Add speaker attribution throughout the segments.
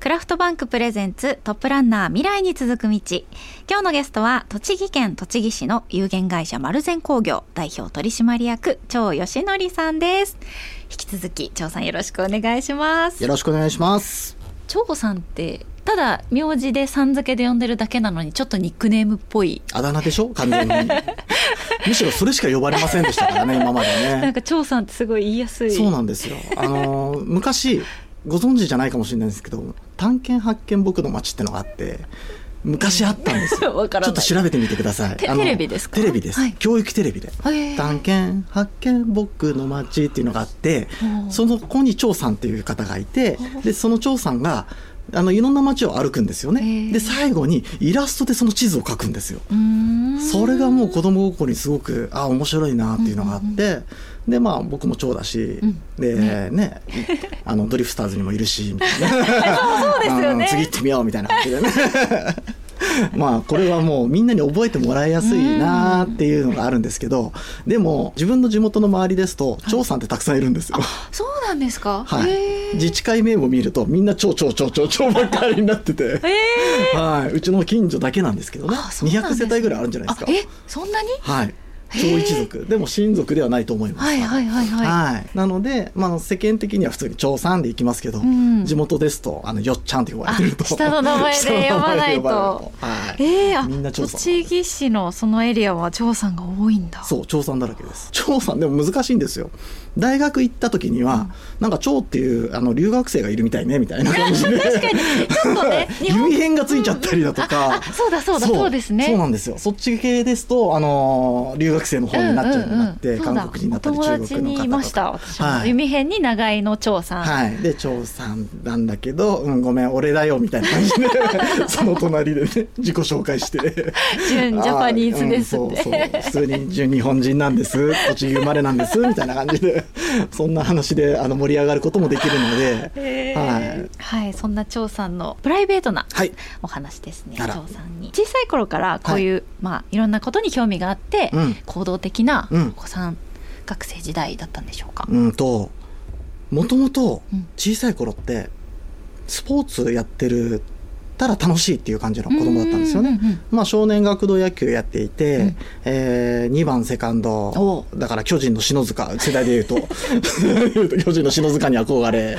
Speaker 1: クラフトバンクプレゼンツトップランナー未来に続く道今日のゲストは栃木県栃木市の有限会社丸善工業代表取締役張義則さんです引き続き張さんよろしくお願いします
Speaker 2: よろしくお願いします
Speaker 1: 張さんってただ名字でさん付けで呼んでるだけなのにちょっとニックネームっぽい
Speaker 2: あだ名でしょ完 全にむしろそれしか呼ばれませんでしたからね今まで
Speaker 1: なん
Speaker 2: ね
Speaker 1: か張さんってすごい言いやすい
Speaker 2: そうなんですよあのー昔ご存知じゃないかもしれないんですけど探検発見僕の街ってのがあって昔あったんです よ
Speaker 1: わからない
Speaker 2: ちょっと調べてみてください
Speaker 1: テ
Speaker 2: あの
Speaker 1: テレビですか
Speaker 2: テレビです、
Speaker 1: はい
Speaker 2: 教育テレビで
Speaker 1: へー
Speaker 2: 探検発見僕の街っていうのがあって
Speaker 1: おー
Speaker 2: その子に張さんっていう方がいてでその張さんがあのいろんな街を歩くんですよ
Speaker 1: へ
Speaker 2: ね
Speaker 1: ー
Speaker 2: で最後にイラストでその地図を描くんですよ
Speaker 1: うーん
Speaker 2: それがもう子供心にすごくあ面白いなっていうのがあって、でまあ僕も長だし、
Speaker 1: うん
Speaker 2: でねあのドリフスターズにもいるしみたいなそう
Speaker 1: ですよね
Speaker 2: 次行ってみようみたいな感じでね まあこれはもうみんなに覚えてもらいやすいなっていうのがあるんですけどでも自分の地元の周りですと長さんってたくさんいるんですよ。
Speaker 1: そうなんですか
Speaker 2: は
Speaker 1: へ
Speaker 2: い、
Speaker 1: ー
Speaker 2: 自治会名簿見るとみんな超超超超超ばっかりになってて、はい、うちの近所だけなんですけどね
Speaker 1: あそうなんですね
Speaker 2: 200世帯ぐらいあるんじゃないですか
Speaker 1: あえそんなに
Speaker 2: はい。
Speaker 1: へー
Speaker 2: 超一族でも親族ではないと思います。
Speaker 1: はいはいはいはい
Speaker 2: はいなので、まあ、世間的には普通に長さんでいきますけど、
Speaker 1: ん
Speaker 2: 地元ですとあのよっちゃんって呼ばれてると
Speaker 1: あ下の名前で呼ばないと
Speaker 2: 下の名前で呼ばれるとはい、
Speaker 1: ええ
Speaker 2: みんな
Speaker 1: あ、
Speaker 2: 長さん
Speaker 1: 栃木市のそのエリアは長さんが多いんだ。
Speaker 2: そう長さんだらけです長さんでも難しいんですよ大学行った時には、なんか長っていうあの留学生がいるみたいねみたいな感じで
Speaker 1: 確かに、ちょっと ね、日本
Speaker 2: 指編がついちゃったりだと
Speaker 1: あ
Speaker 2: か、
Speaker 1: あそうだそうだそうですね
Speaker 2: そうなんですよそっち系ですとあのー留学生の方になっちゃうようになって、
Speaker 1: うんうんうんそうだ
Speaker 2: 韓国になったり
Speaker 1: お
Speaker 2: 中
Speaker 1: 友達
Speaker 2: 国の
Speaker 1: にい
Speaker 2: 方
Speaker 1: ま
Speaker 2: と
Speaker 1: し
Speaker 2: か
Speaker 1: た。私も、弓編に長井の長さん。
Speaker 2: はい、で長さんなんだけど、うん、ごめん俺だよみたいな感じ でその隣でね自己紹介して
Speaker 1: 純ジャパニーズですって
Speaker 2: あーうんそうそう普通に純日本人なんです栃木生まれなんですみたいな感じでそんな話であの盛り上がることもできるので、
Speaker 1: へ
Speaker 2: は、
Speaker 1: ー はい、そんな長さんのプライベートない
Speaker 2: はい、
Speaker 1: お話ですね。
Speaker 2: あら
Speaker 1: 長さんに小さい頃からこういう、まあいろんなことに興味があって、
Speaker 2: うん
Speaker 1: 行動的な
Speaker 2: うん
Speaker 1: お子さん、学生時代だったんでしょうか。
Speaker 2: うんともともと
Speaker 1: うん
Speaker 2: 小さい頃ってスポーツやってるたら楽しいっていう感じの子供だったんですよね。
Speaker 1: うううん
Speaker 2: まあ、少年学童野球やっていて、
Speaker 1: うん
Speaker 2: え2番セカンド
Speaker 1: お
Speaker 2: だから巨人の篠塚世代で言うと 言うと巨人の篠塚に憧れ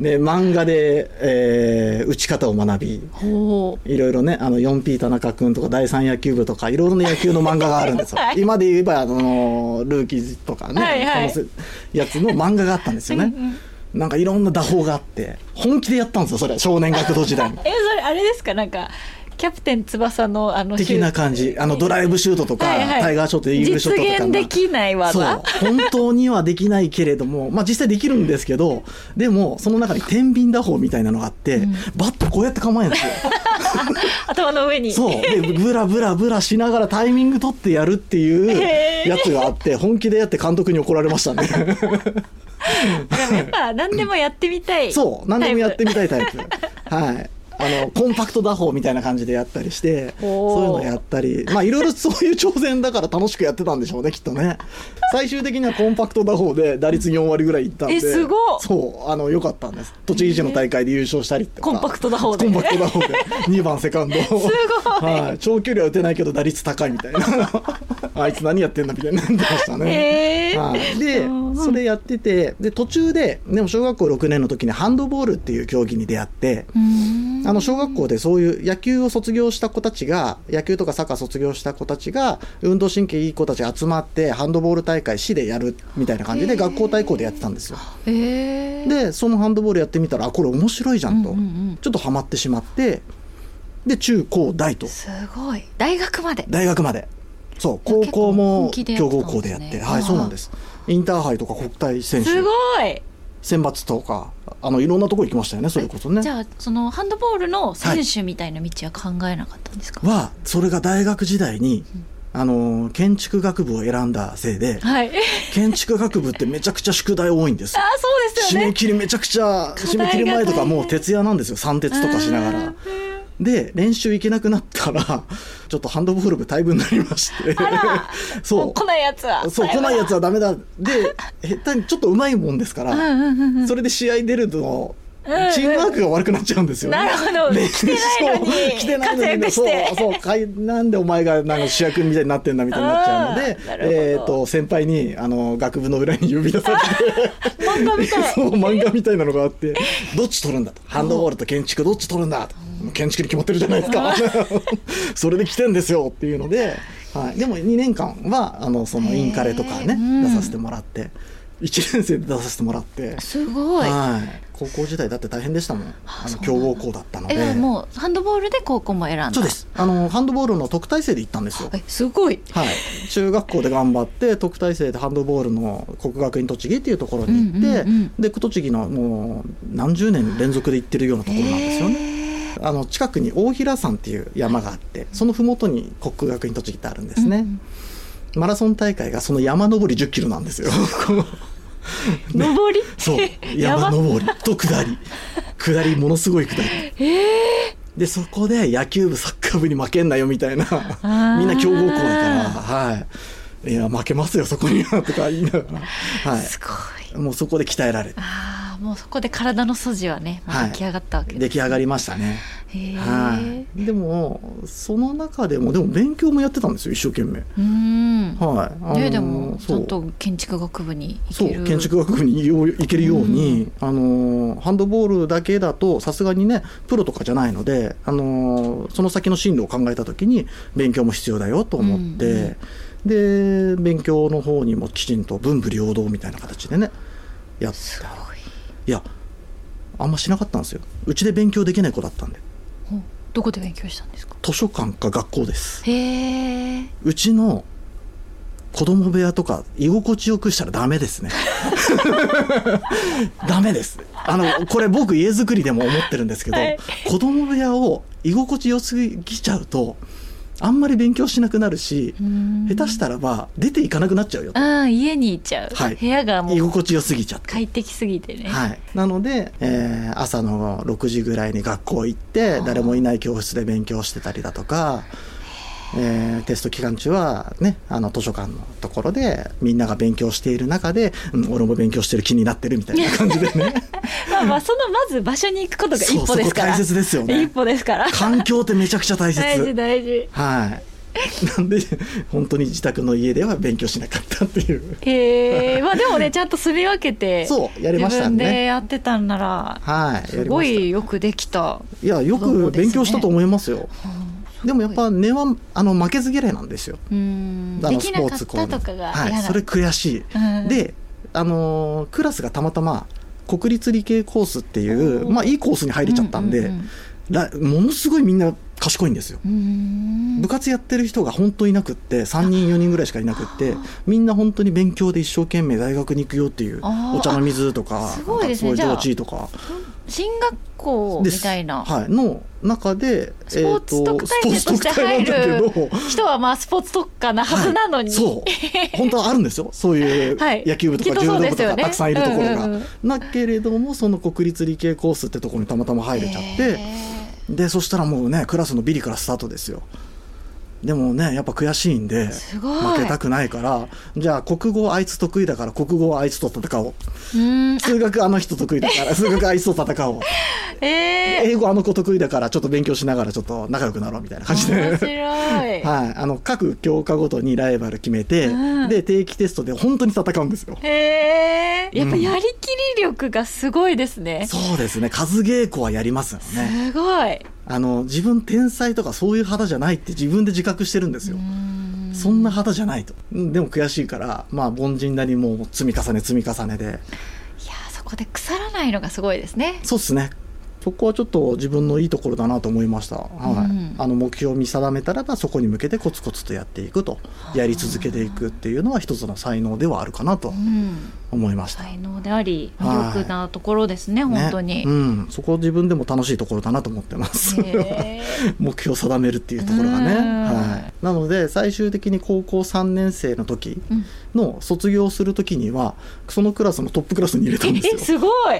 Speaker 2: で漫画で、えー打ち方を学び
Speaker 1: うん。ほ
Speaker 2: いろいろねあの 4P 田中君とか第三野球部とかいろいろな野球の漫画があるんです よ、
Speaker 1: はい
Speaker 2: 今で言えばあのルーキーズとかね、
Speaker 1: はいはい
Speaker 2: このやつの漫画があったんです
Speaker 1: う。
Speaker 2: よね、
Speaker 1: うんうん
Speaker 2: なんかいろんな打法があって本気でやったんですよそれ少年学童時代に
Speaker 1: えそれあれですかなんかキャプテン翼のあのシュー
Speaker 2: 的な感じあのドライブシュートとか、
Speaker 1: はいはい
Speaker 2: タイガーショットイーグルショットとか
Speaker 1: 実現できない技
Speaker 2: そう本当にはできないけれども、まあ、実際できるんですけどでもその中に天秤打法みたいなのがあって、バットこうやって構えるんですよ
Speaker 1: 頭の上に
Speaker 2: そうでブラブラブラしながらタイミング取ってやるってい
Speaker 1: へ
Speaker 2: う
Speaker 1: ー
Speaker 2: やつがあって本気でやって監督に怒られましたね
Speaker 1: やっぱ何でもやってみたい
Speaker 2: そう何でもやって
Speaker 1: み
Speaker 2: みたいタイプ はいあのコンパクト打法みたいな感じでやったりして
Speaker 1: おー
Speaker 2: そういうのやったりまあいろい ろそういう挑戦だから楽しくやってたんでしょうねきっとね最終的にはコンパクト打法で打率4割ぐらいいったんで
Speaker 1: えすごっ
Speaker 2: そうあの良かったんです栃木市の大会で優勝したりとか
Speaker 1: コンパクト打法で
Speaker 2: コンパクト 打法で2番セカンドすごい、はい、長距離は打てないけど打率高いみたいな あいつ何やってんだみたいになってましたね
Speaker 1: へー
Speaker 2: はい、で
Speaker 1: うん
Speaker 2: それやっててで途中ででも小学校6年の時にハンドボールっていう競技に出会って
Speaker 1: うーん
Speaker 2: あの小学校でそういう野球を卒業した子たちが野球とかサッカー卒業した子たちが運動神経いい子たち集まってハンドボール大会市でやるみたいな感じ
Speaker 1: へ
Speaker 2: で
Speaker 1: ー
Speaker 2: 学校対抗でやってたんですよ。
Speaker 1: えー
Speaker 2: でそのハンドボールやってみたらあこれ面白いじゃんと、
Speaker 1: うんうんうん
Speaker 2: ちょっとハマってしまってで中高大と
Speaker 1: すごい大学まで
Speaker 2: 大学までそう高
Speaker 1: 結構
Speaker 2: 校も
Speaker 1: 本気でやっ
Speaker 2: 強
Speaker 1: てたん
Speaker 2: 豪
Speaker 1: ですね
Speaker 2: 校でやって
Speaker 1: あ
Speaker 2: は
Speaker 1: あ
Speaker 2: いそうなんですインターハイとか国体選手
Speaker 1: すごい
Speaker 2: 選抜とかあのいろんなとこ行きましたよねそれこそね
Speaker 1: じ。ゃあそのハンドボールの選手みたいな道は考えなかったんですか
Speaker 2: はそれが大学時代に、あの建築学部を選んだせいで
Speaker 1: はい、
Speaker 2: 建築学部ってめちゃくちゃ宿題多いんです
Speaker 1: あ
Speaker 2: よ。
Speaker 1: そうです
Speaker 2: 締
Speaker 1: よ
Speaker 2: め
Speaker 1: ね
Speaker 2: 切りめちゃくちゃ
Speaker 1: 課題
Speaker 2: 締
Speaker 1: が
Speaker 2: め切り前とか
Speaker 1: 大変
Speaker 2: もう徹夜なんですよ三徹とかしなが
Speaker 1: う
Speaker 2: ら
Speaker 1: ん。
Speaker 2: で練習行けなくなったらちょっとハンドボール部退部になりまして
Speaker 1: あら
Speaker 2: そう
Speaker 1: もう来ないやつは
Speaker 2: そう来ないや つはダメだで下手にちょっとうまいもんですか
Speaker 1: うん
Speaker 2: ら
Speaker 1: うんうんうん
Speaker 2: それで試合出るのチームワークが悪くなっちゃうんですよね。
Speaker 1: なる ほど
Speaker 2: で
Speaker 1: 来てないのに
Speaker 2: そう来てないの
Speaker 1: 活
Speaker 2: に
Speaker 1: 躍して
Speaker 2: そうそうかいなんでお前がなんか主役みたいになってんだみたいになっちゃうの
Speaker 1: あーなるほ
Speaker 2: で
Speaker 1: ど
Speaker 2: えー、と先輩にあの学部の裏に呼び出されて
Speaker 1: 漫画 みたい
Speaker 2: そう漫画みたいなのがあってどっち取るんだとハンドボールと建築どっち取るんだと建築に決まってるじゃないで すかそれで来てんですよっていうので、はい、でも2年間はあのそのインカレとか
Speaker 1: へー
Speaker 2: ね
Speaker 1: うん
Speaker 2: 出させてもらって1年生で出させてもらって。
Speaker 1: すごい。
Speaker 2: はい、高校時代だって大変でしたもんあ
Speaker 1: そう
Speaker 2: の
Speaker 1: なんだ
Speaker 2: 強豪校だったので
Speaker 1: え、もうハンドボールで高校も選んだ。
Speaker 2: そうで。すあのハンドボールの特待生で行ったんですよ
Speaker 1: え、すごい。
Speaker 2: はい、中学校で頑張って特待生でハンドボールの国学院栃木っていうところに行って、
Speaker 1: うんうんうん
Speaker 2: で栃木のもう何十年連続で行ってるようなところなんですよね。
Speaker 1: ね。
Speaker 2: あの近くに大平山っていう山があってその麓に国学院栃木ってあるんですね、マラソン大会がその山登り1 0キロな んですよね
Speaker 1: 登り。
Speaker 2: そう
Speaker 1: 山
Speaker 2: 山登りと下 り下りものすごい下りでそこで野球部サッカー部に負けんなよみたいな
Speaker 1: ー
Speaker 2: みんな強豪校だからはいいや負けますよそこにはとか言いながら、は
Speaker 1: すごい。
Speaker 2: い、もうそこで鍛えられて
Speaker 1: ああ、もうそこで体の素地はね、まあ
Speaker 2: はい
Speaker 1: 出来上がったわけ
Speaker 2: 出来上がりましたね、
Speaker 1: へえ。
Speaker 2: はい、でもその中でもでも勉強もやってたんですよ一生懸命
Speaker 1: うん。
Speaker 2: はい、あの
Speaker 1: ね、でもち
Speaker 2: そ
Speaker 1: ゃ
Speaker 2: うん
Speaker 1: と建築学部に行
Speaker 2: そ
Speaker 1: ける
Speaker 2: う建築学部によう行けるように、あのーハンドボールだけだとさすがにねプロとかじゃないので、あのーその先の進路を考えた時に勉強も必要だよと思って、で勉強の方にもきちんと文武両道みたいな形でねやっ
Speaker 1: すごい
Speaker 2: いやあんましなかったんですようちで勉強できない子だったんで
Speaker 1: ほうどこで勉強したんですか
Speaker 2: 図書館か学校です
Speaker 1: へえ
Speaker 2: うちの子供部屋とか居心地よくしたらダ メですねダメですあのこれ僕家作りでも思ってるんですけど、
Speaker 1: はい
Speaker 2: 子供部屋を居心地よすぎちゃうとあんまり勉強しなくなるし、下手したたらば出ていかなくなっちゃうよと
Speaker 1: ああ家にいちゃう、
Speaker 2: はい
Speaker 1: 部屋がも
Speaker 2: 居
Speaker 1: う
Speaker 2: 心地よすぎちゃって
Speaker 1: 快適すぎてね、
Speaker 2: はい、なので、えー朝の6時ぐらいに学校行って
Speaker 1: あー
Speaker 2: 誰もいない教室で勉強してたりだとか、えーテスト期間中は、ね、あの図書館のところでみんなが勉強している中で、うん、俺も勉強してる気になってるみたいな感じで ね
Speaker 1: まあまあそのまず場所に行くことが一歩
Speaker 2: そうそ
Speaker 1: で
Speaker 2: こ
Speaker 1: すから
Speaker 2: 大切ですよね
Speaker 1: 一歩ですから
Speaker 2: 環境ってめちゃくちゃ大切
Speaker 1: 大事大事
Speaker 2: はいなんで本当に自宅の家では勉強しなかったっていう
Speaker 1: へえまあでもねちゃんと住み分けて
Speaker 2: そうやりました
Speaker 1: 自分で
Speaker 2: ね
Speaker 1: やってたんなら
Speaker 2: はい
Speaker 1: すご
Speaker 2: やりま
Speaker 1: いよくできた、
Speaker 2: したいやよく勉強したと思いますよ
Speaker 1: うん
Speaker 2: でもやっぱ根はあの負けず嫌いなんですよ
Speaker 1: うん
Speaker 2: あ
Speaker 1: で
Speaker 2: の
Speaker 1: き
Speaker 2: ス
Speaker 1: な
Speaker 2: ポ
Speaker 1: か
Speaker 2: ー
Speaker 1: っ
Speaker 2: ツ
Speaker 1: たとかが
Speaker 2: はい、
Speaker 1: 嫌な
Speaker 2: それ悔し
Speaker 1: うん
Speaker 2: い。で、あのークラスがたまたま国立理系コースっていう、
Speaker 1: おー
Speaker 2: まあいいコースに入れちゃったんで、
Speaker 1: うううん
Speaker 2: らものすごいみんな賢いんですよ。
Speaker 1: うーん
Speaker 2: 部活やってる人が本当いなくって3人4人ぐらいしかいなくってみんな本当に勉強で一生懸命大学に行くよっていう
Speaker 1: あー
Speaker 2: お茶の水とか
Speaker 1: あすごいですね
Speaker 2: なんかそういう
Speaker 1: じ
Speaker 2: 上智とか
Speaker 1: 進学校み
Speaker 2: です
Speaker 1: たいな
Speaker 2: はい、の中で
Speaker 1: スポーツ
Speaker 2: えー
Speaker 1: 特待生として
Speaker 2: スポーツ特待なんだけど
Speaker 1: 人はまあスポーツ特化なはずなのに、
Speaker 2: そう本当はあるんですよそういう
Speaker 1: はい
Speaker 2: 野球部と
Speaker 1: きっ
Speaker 2: か
Speaker 1: と
Speaker 2: 柔
Speaker 1: そうで
Speaker 2: 道部と
Speaker 1: すよ
Speaker 2: か
Speaker 1: ね
Speaker 2: たくさんいるところが、
Speaker 1: うんうん
Speaker 2: だけれどもその国立理系コースってところにたまたま入れちゃって
Speaker 1: へ
Speaker 2: でそしたらもうねクラスのビリからスタートですよでもねやっぱ悔しいんです
Speaker 1: ごい
Speaker 2: 負けたくないからじゃあ国語あいつ得意だから国語はあいつと戦おう
Speaker 1: ーうーん
Speaker 2: 数学あの人得意だから数学あいつと戦おう
Speaker 1: えー
Speaker 2: 英語あの子得意だからちょっと勉強しながらちょっと仲良くなろうみたいな感じで
Speaker 1: 面白い、
Speaker 2: はい、あの各教科ごとにライバル決めて、
Speaker 1: うん
Speaker 2: で定期テストで本当に戦うんですよ。
Speaker 1: へえやっぱ
Speaker 2: うん
Speaker 1: やりきり力がすごいですね、
Speaker 2: そうですね数稽古はやりますよね
Speaker 1: すごい
Speaker 2: あの自分天才とかそういう肌じゃないって自分で自覚してるんですよ
Speaker 1: うーん
Speaker 2: そんな肌じゃないとうんでも悔しいからまあ凡人なりもう積み重ね積み重ねで
Speaker 1: いやーそこで腐らないのがすごいですね
Speaker 2: そうですねそこはちょっと自分のいいところだなと思いました、はい
Speaker 1: うん
Speaker 2: あの目標を見定めたらばそこに向けてコツコツとやっていくとやり続けていくっていうのは一つの才能ではあるかなと
Speaker 1: うん
Speaker 2: 思いました、
Speaker 1: 才能であり魅力なところですね、
Speaker 2: ね
Speaker 1: 本当 に、
Speaker 2: うん、そこ自分でも楽しいところだなと思ってます、
Speaker 1: へー
Speaker 2: 目標を定めるっていうところがね、
Speaker 1: うん
Speaker 2: はい、なので最終的に高校3年生の時
Speaker 1: うん
Speaker 2: の卒業する時にはそのクラスのトップクラスに入れたん
Speaker 1: え
Speaker 2: ですよ
Speaker 1: すご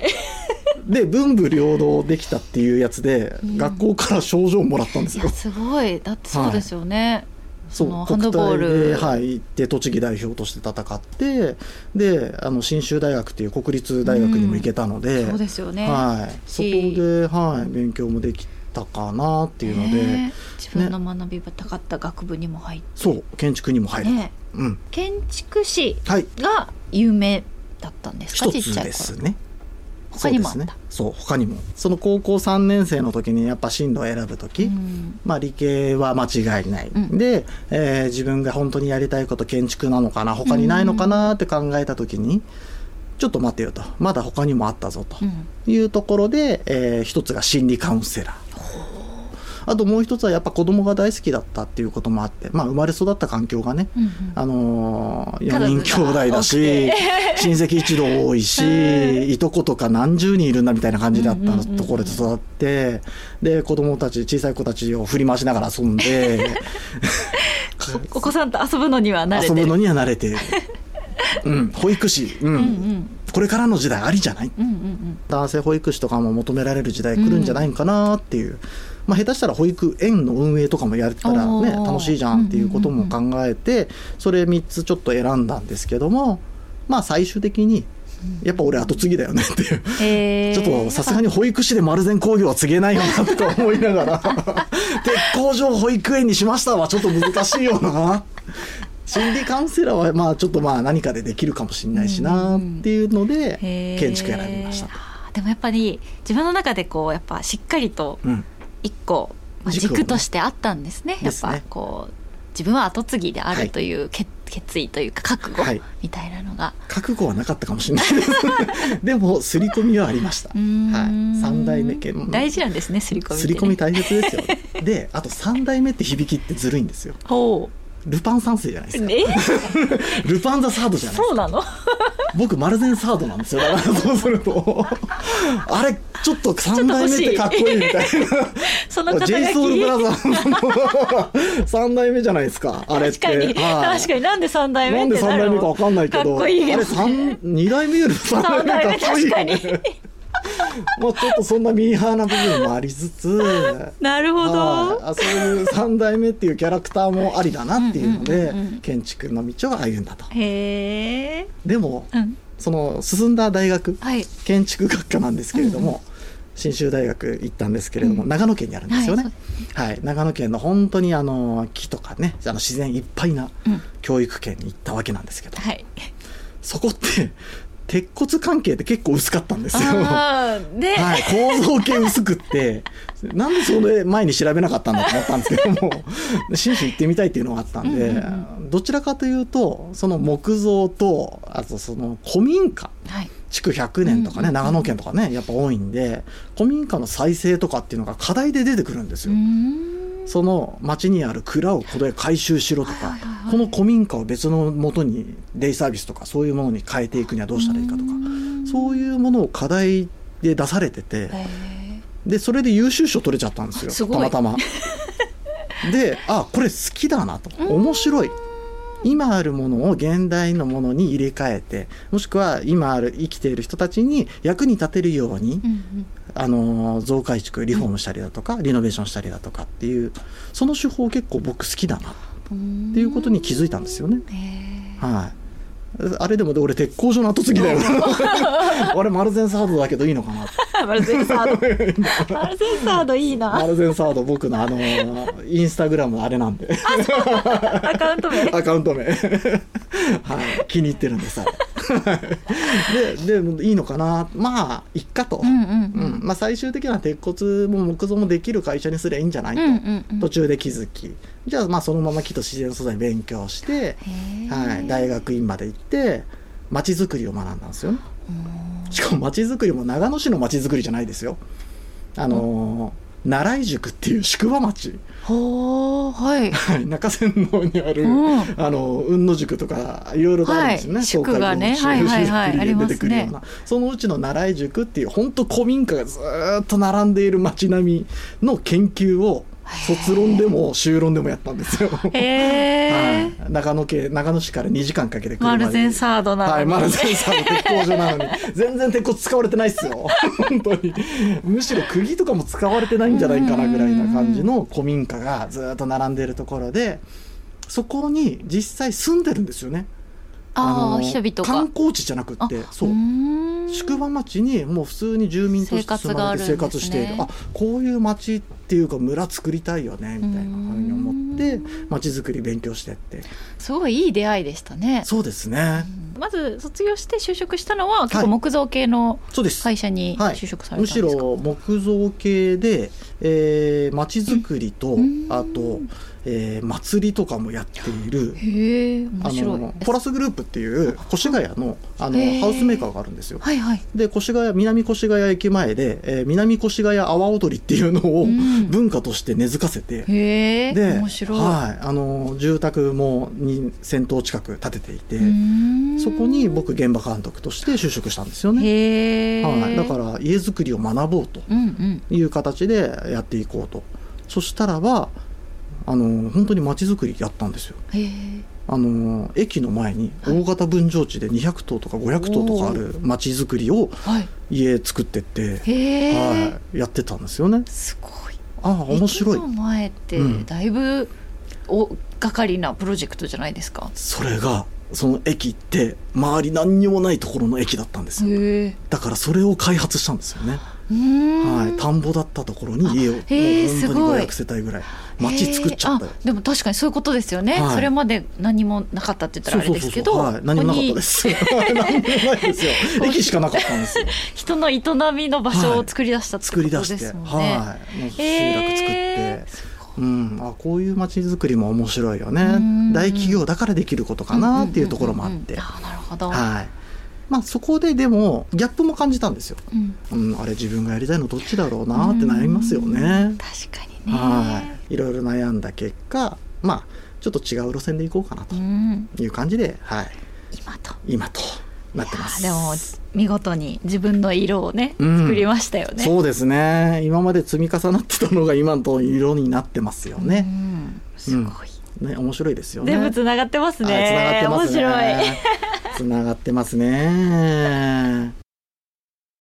Speaker 1: い
Speaker 2: で文武両道できたっていうやつで、
Speaker 1: うん
Speaker 2: 学校から賞状をもらったんです
Speaker 1: い
Speaker 2: よ
Speaker 1: やすごいだってそうですよね、そ
Speaker 2: そう
Speaker 1: のハンド
Speaker 2: 国
Speaker 1: ボー
Speaker 2: 体で、
Speaker 1: ル、
Speaker 2: はい、行って栃木代表として戦ってであの信州大学っていう国立大学にも行けたので,、
Speaker 1: そうですよね。
Speaker 2: はい、そこで、はい、勉強もできたかなっていうので、
Speaker 1: ね自分の学びが高かった学部にも入って、
Speaker 2: そう建築にも入れた、
Speaker 1: ね
Speaker 2: うん
Speaker 1: 建築士
Speaker 2: はい、
Speaker 1: が有名だったんですか
Speaker 2: 一
Speaker 1: ちっ
Speaker 2: つ
Speaker 1: ちゃい
Speaker 2: で
Speaker 1: 頃
Speaker 2: すね。
Speaker 1: 他にもあった
Speaker 2: そうですねそう他にもその高校3年生の時にやっぱ進路を選ぶ時、
Speaker 1: うん
Speaker 2: まあ、理系は間違いない、
Speaker 1: うん
Speaker 2: で、えー自分が本当にやりたいこと建築なのかな他にないのかなって考えた時に、ちょっと待ってよとまだ他にもあったぞと
Speaker 1: うん
Speaker 2: いうところで、えー一つが心理カウンセラー。あともう一つはやっぱ子供が大好きだったっていうこともあって、まあ、生まれ育った環境がね、
Speaker 1: うんうん
Speaker 2: あのー、
Speaker 1: 家族が
Speaker 2: 4人兄弟だし親戚一同多 いしいとことか何十人いるんだみたいな感じだった
Speaker 1: うんうんうんうん
Speaker 2: ところで育ってで子供たち小さい子たちを振り回しながら遊ん で
Speaker 1: お子さんと遊ぶのには慣れて
Speaker 2: 遊
Speaker 1: る
Speaker 2: ぶのには慣 れている、うん、保育士、うん
Speaker 1: うんうん
Speaker 2: これからの時代ありじゃない
Speaker 1: うんうん
Speaker 2: 男性保育士とかも求められる時代来るんじゃないかなっていう、まあ、下手したら保育園の運営とかもやったら、
Speaker 1: お
Speaker 2: ね、
Speaker 1: ー
Speaker 2: 楽しいじゃんっていうことも考えて、それ3つちょっと選んだんですけどもまあ最終的にやっぱ俺後継ぎだよねっていう、
Speaker 1: うんえー
Speaker 2: ちょっとさすがに保育士で丸善工業は継げないよなとか思いなが ら鉄工所を保育園にしましたはちょっと難しいよな。心理カウンセラーはまあちょっとまあ何かでできるかもしれないしなっていうので
Speaker 1: へー
Speaker 2: 建築選びました。
Speaker 1: あーでもやっぱり自分の中でこうやっぱしっかりと
Speaker 2: うん
Speaker 1: 一個、まあ
Speaker 2: 軸をね
Speaker 1: 軸としてあったんですねや
Speaker 2: で
Speaker 1: っ
Speaker 2: すね
Speaker 1: ぱこう自分は後継ぎであ
Speaker 2: は
Speaker 1: る
Speaker 2: い
Speaker 1: という決,、決意というか覚悟
Speaker 2: はい
Speaker 1: みたいなのが、
Speaker 2: 覚悟はなかったかもしれないです でも刷り込みはありました
Speaker 1: うーん
Speaker 2: はい三代目系
Speaker 1: 大事なんですね刷り込みって、ね、
Speaker 2: 刷り込み大切ですよ であと3代目って響きってずるいんですよ
Speaker 1: ほ
Speaker 2: ルパン三世じゃないで
Speaker 1: う
Speaker 2: すか
Speaker 1: え
Speaker 2: ルパンザサードじゃないです
Speaker 1: そう
Speaker 2: か
Speaker 1: なの
Speaker 2: 僕丸善サードなんですよだからそうすると あれちょっと3代目ってかっこいいみたい
Speaker 1: その
Speaker 2: な
Speaker 1: 肩
Speaker 2: ジェイ
Speaker 1: 書
Speaker 2: ソウル
Speaker 1: き
Speaker 2: ブラザーズの3代目じゃないですかあれっ
Speaker 1: 確
Speaker 2: て
Speaker 1: かに
Speaker 2: はい
Speaker 1: 確かになんで三代目
Speaker 2: な
Speaker 1: っ
Speaker 2: んで
Speaker 1: て
Speaker 2: 3
Speaker 1: なる
Speaker 2: 代目か
Speaker 1: の
Speaker 2: わかんないけ
Speaker 1: かっ
Speaker 2: ど
Speaker 1: こいいけど
Speaker 2: あれ三2代目より3
Speaker 1: 三代
Speaker 2: 代目
Speaker 1: 目
Speaker 2: かっこい
Speaker 1: 確
Speaker 2: いよ
Speaker 1: か
Speaker 2: ね
Speaker 1: に
Speaker 2: まあちょっとそんなミーハーな部分もありつつ
Speaker 1: なるほ
Speaker 2: はい
Speaker 1: ど
Speaker 2: あそういう3代目っていうキャラクターもありだなっていうので
Speaker 1: うんうんうんうん
Speaker 2: 建築の道を歩んだと
Speaker 1: へえ
Speaker 2: でも
Speaker 1: うん
Speaker 2: その進んだ大学
Speaker 1: はい
Speaker 2: 建築学科なんですけれども、信州大学行ったんですけれども、
Speaker 1: うん
Speaker 2: 長野県にあるんですよね
Speaker 1: はい、
Speaker 2: はい長野県の本当にあの木とかねあの自然いっぱいな
Speaker 1: うん
Speaker 2: 教育圏に行ったわけなんですけど、
Speaker 1: はい
Speaker 2: そこって鉄骨関係って結構薄かったんですよ。
Speaker 1: あーで、
Speaker 2: はい、構造系薄くってなんでそれ前に調べなかったんだと思ったんですけども信州行ってみたいっていうのがあったんで、
Speaker 1: うんうん
Speaker 2: どちらかというとその木造とあとその古民家
Speaker 1: はい
Speaker 2: 築100年と
Speaker 1: う
Speaker 2: かね、
Speaker 1: んうんうん
Speaker 2: 長野県とかねやっぱ多いんで古民家の再生とかっていうのが課題で出てくるんです
Speaker 1: うー
Speaker 2: よ。
Speaker 1: ん
Speaker 2: その町にある蔵をこれ回収しろと
Speaker 1: は
Speaker 2: か
Speaker 1: いはいはい
Speaker 2: この古民家を別の元にデイサービスとかそういうものに変えていくにはどうしたらいいかとかそう
Speaker 1: う
Speaker 2: いうものを課題で出されてて
Speaker 1: ーんへ
Speaker 2: でそれで優秀賞取れちゃったんですよ
Speaker 1: あすごい
Speaker 2: たまた ま。であこれ好きだなと面白い今あるものを現代のものに入れ替えてもしくは今ある生きている人たちに役に立てるように
Speaker 1: ーうんうん
Speaker 2: あの増改築リフォームしたりだとかリノベーションしたりだとかっていうその手法結構僕好きだなっていうことに気づいたんですよね。
Speaker 1: へ
Speaker 2: はいあれでも俺鉄工所の後継 ぎだよな俺丸善サードだけどいいのかな
Speaker 1: ーマルゼンサー ドマルゼンサードいい
Speaker 2: マ
Speaker 1: な
Speaker 2: ルゼンサード僕のあのーインスタグラムあれなん で
Speaker 1: アカウント名
Speaker 2: アカウント名はい気に入ってるんですあれででいいのかなまあいっかと、
Speaker 1: うんうんう
Speaker 2: うんんまあ、最終的には鉄骨も木造もできる会社にすりゃいいんじゃないと、
Speaker 1: うんうんうん
Speaker 2: 途中で気づきじゃあまあそのまま木と自然素材勉強して、
Speaker 1: へー
Speaker 2: はい、大学院まで行って町づくりを学んだんですよねしかも町づくりも長野市の町づくりじゃないですよあのー奈良井宿っていう宿場町
Speaker 1: ほーはい
Speaker 2: はい中山道にある、
Speaker 1: うん
Speaker 2: あの雲野塾とかいろいろとあるんですよね、
Speaker 1: はい宿がね
Speaker 2: 東海道の
Speaker 1: はいは いはい
Speaker 2: 宿に出てくるような、そのうちの奈良井塾っていう本当古民家がずーっと並んでいる町並みの研究を卒論でも修論でもやったんですよ。
Speaker 1: へえ
Speaker 2: はい、長野県長野市から2時間かけて車
Speaker 1: マ
Speaker 2: で
Speaker 1: ルゼンサードな
Speaker 2: はい、マ
Speaker 1: の
Speaker 2: ル
Speaker 1: に
Speaker 2: ゼンさんの鉄工所なのに全然鉄骨使われてないっ すよ本当にむしろ釘とかも使われてないんじゃないかなぐらいな感じの古民家がずーっと並んでいるところでそこに実際住んでるんですよね。
Speaker 1: あ
Speaker 2: の
Speaker 1: あ人々が
Speaker 2: 観光地じゃなく
Speaker 1: あ
Speaker 2: ってそう
Speaker 1: ーん
Speaker 2: 宿場町にもう普通に住民として住
Speaker 1: 生活が
Speaker 2: まれて生
Speaker 1: あるんですね
Speaker 2: 活しているあ,、こういう町っていうか村作りたいよねみたいなふうに思って
Speaker 1: うーん
Speaker 2: 町づくり勉強してって
Speaker 1: すごいいい出会いでしたね
Speaker 2: そうですね
Speaker 1: まず卒業して就職したのは結構木造系の
Speaker 2: そうです、
Speaker 1: 会社に
Speaker 2: はい
Speaker 1: 就職され
Speaker 2: む
Speaker 1: たんです
Speaker 2: し
Speaker 1: か、
Speaker 2: ろ木造系で、えー、町づくりと
Speaker 1: ん
Speaker 2: あと、えー祭りとかもやっている
Speaker 1: へえ面
Speaker 2: あ
Speaker 1: 白い
Speaker 2: のポラスグループっていう越谷のあ
Speaker 1: へー
Speaker 2: のハウスメーカーがあるんですよ。
Speaker 1: はいはい
Speaker 2: で越谷南越谷駅前で、えー南越谷阿波踊りっていうのを
Speaker 1: うん
Speaker 2: 文化として根付かせて、
Speaker 1: へえ
Speaker 2: で
Speaker 1: 面白い、
Speaker 2: はい、あの住宅もに1000棟近く建てていて、
Speaker 1: うーん
Speaker 2: そこに僕現場監督として就職したんですよね。
Speaker 1: へえ、
Speaker 2: はい、だから家づくりを学ぼうと
Speaker 1: うんうん
Speaker 2: いう形でやっていこうとそしたらばあの本当に街づくりやったんですよ。
Speaker 1: へえ
Speaker 2: あの駅の前に大型分譲地で200棟とか500棟とかある町づくりを
Speaker 1: はい
Speaker 2: 家作ってって、
Speaker 1: へえ、
Speaker 2: はい、やってたんですよね。
Speaker 1: すごい
Speaker 2: ああ面白い
Speaker 1: 駅の前って
Speaker 2: うん
Speaker 1: だいぶ大掛かりなプロジェクトじゃないですか、
Speaker 2: それがその駅って周り何にもないところの駅だったんですよ
Speaker 1: へえ
Speaker 2: だからそれを開発したんですよね、
Speaker 1: うーん
Speaker 2: はい、田んぼだったところに家をもう
Speaker 1: へーす
Speaker 2: 本
Speaker 1: ご
Speaker 2: 当
Speaker 1: い
Speaker 2: に500世帯ぐらい町作っちゃったよ
Speaker 1: へーあでも確かにそういうことですよね、
Speaker 2: はい
Speaker 1: それまで何もなかったって言ったらあれですけど
Speaker 2: はい、何もなかったです。 何もないで すよ。駅しかなかったんですよ。
Speaker 1: ここに人の営みの場所を作り出したってこと
Speaker 2: 作り
Speaker 1: で
Speaker 2: 出して、
Speaker 1: すもんね、
Speaker 2: はい、もう集落作って、
Speaker 1: へーす
Speaker 2: うん、あこういう街づくりも面白いよね
Speaker 1: うん
Speaker 2: 大企業だからできることかなっていうところもあっ
Speaker 1: うんうんうん
Speaker 2: て
Speaker 1: うんあーなるほど、
Speaker 2: はいまあそこででもギャップも感じたんですよ、
Speaker 1: うん
Speaker 2: うん、あれ自分がやりたいのどっちだろうなって悩みますよ
Speaker 1: う
Speaker 2: ね
Speaker 1: ん確かにね
Speaker 2: はいいろいろ悩んだ結果まあちょっと違う路線でいこうかなと
Speaker 1: うん
Speaker 2: いう感じで、はい
Speaker 1: 今と
Speaker 2: 今となってます
Speaker 1: いやーでも見事に自分の色をね、
Speaker 2: うん
Speaker 1: 作りましたよね
Speaker 2: そうですね今まで積み重なってたのが今の色になってますよ
Speaker 1: う
Speaker 2: ね,、
Speaker 1: んすごい、
Speaker 2: ね面白いですよね
Speaker 1: 全部つながってますね
Speaker 2: はい繋がってます
Speaker 1: 面白い
Speaker 2: ね。つながってますね。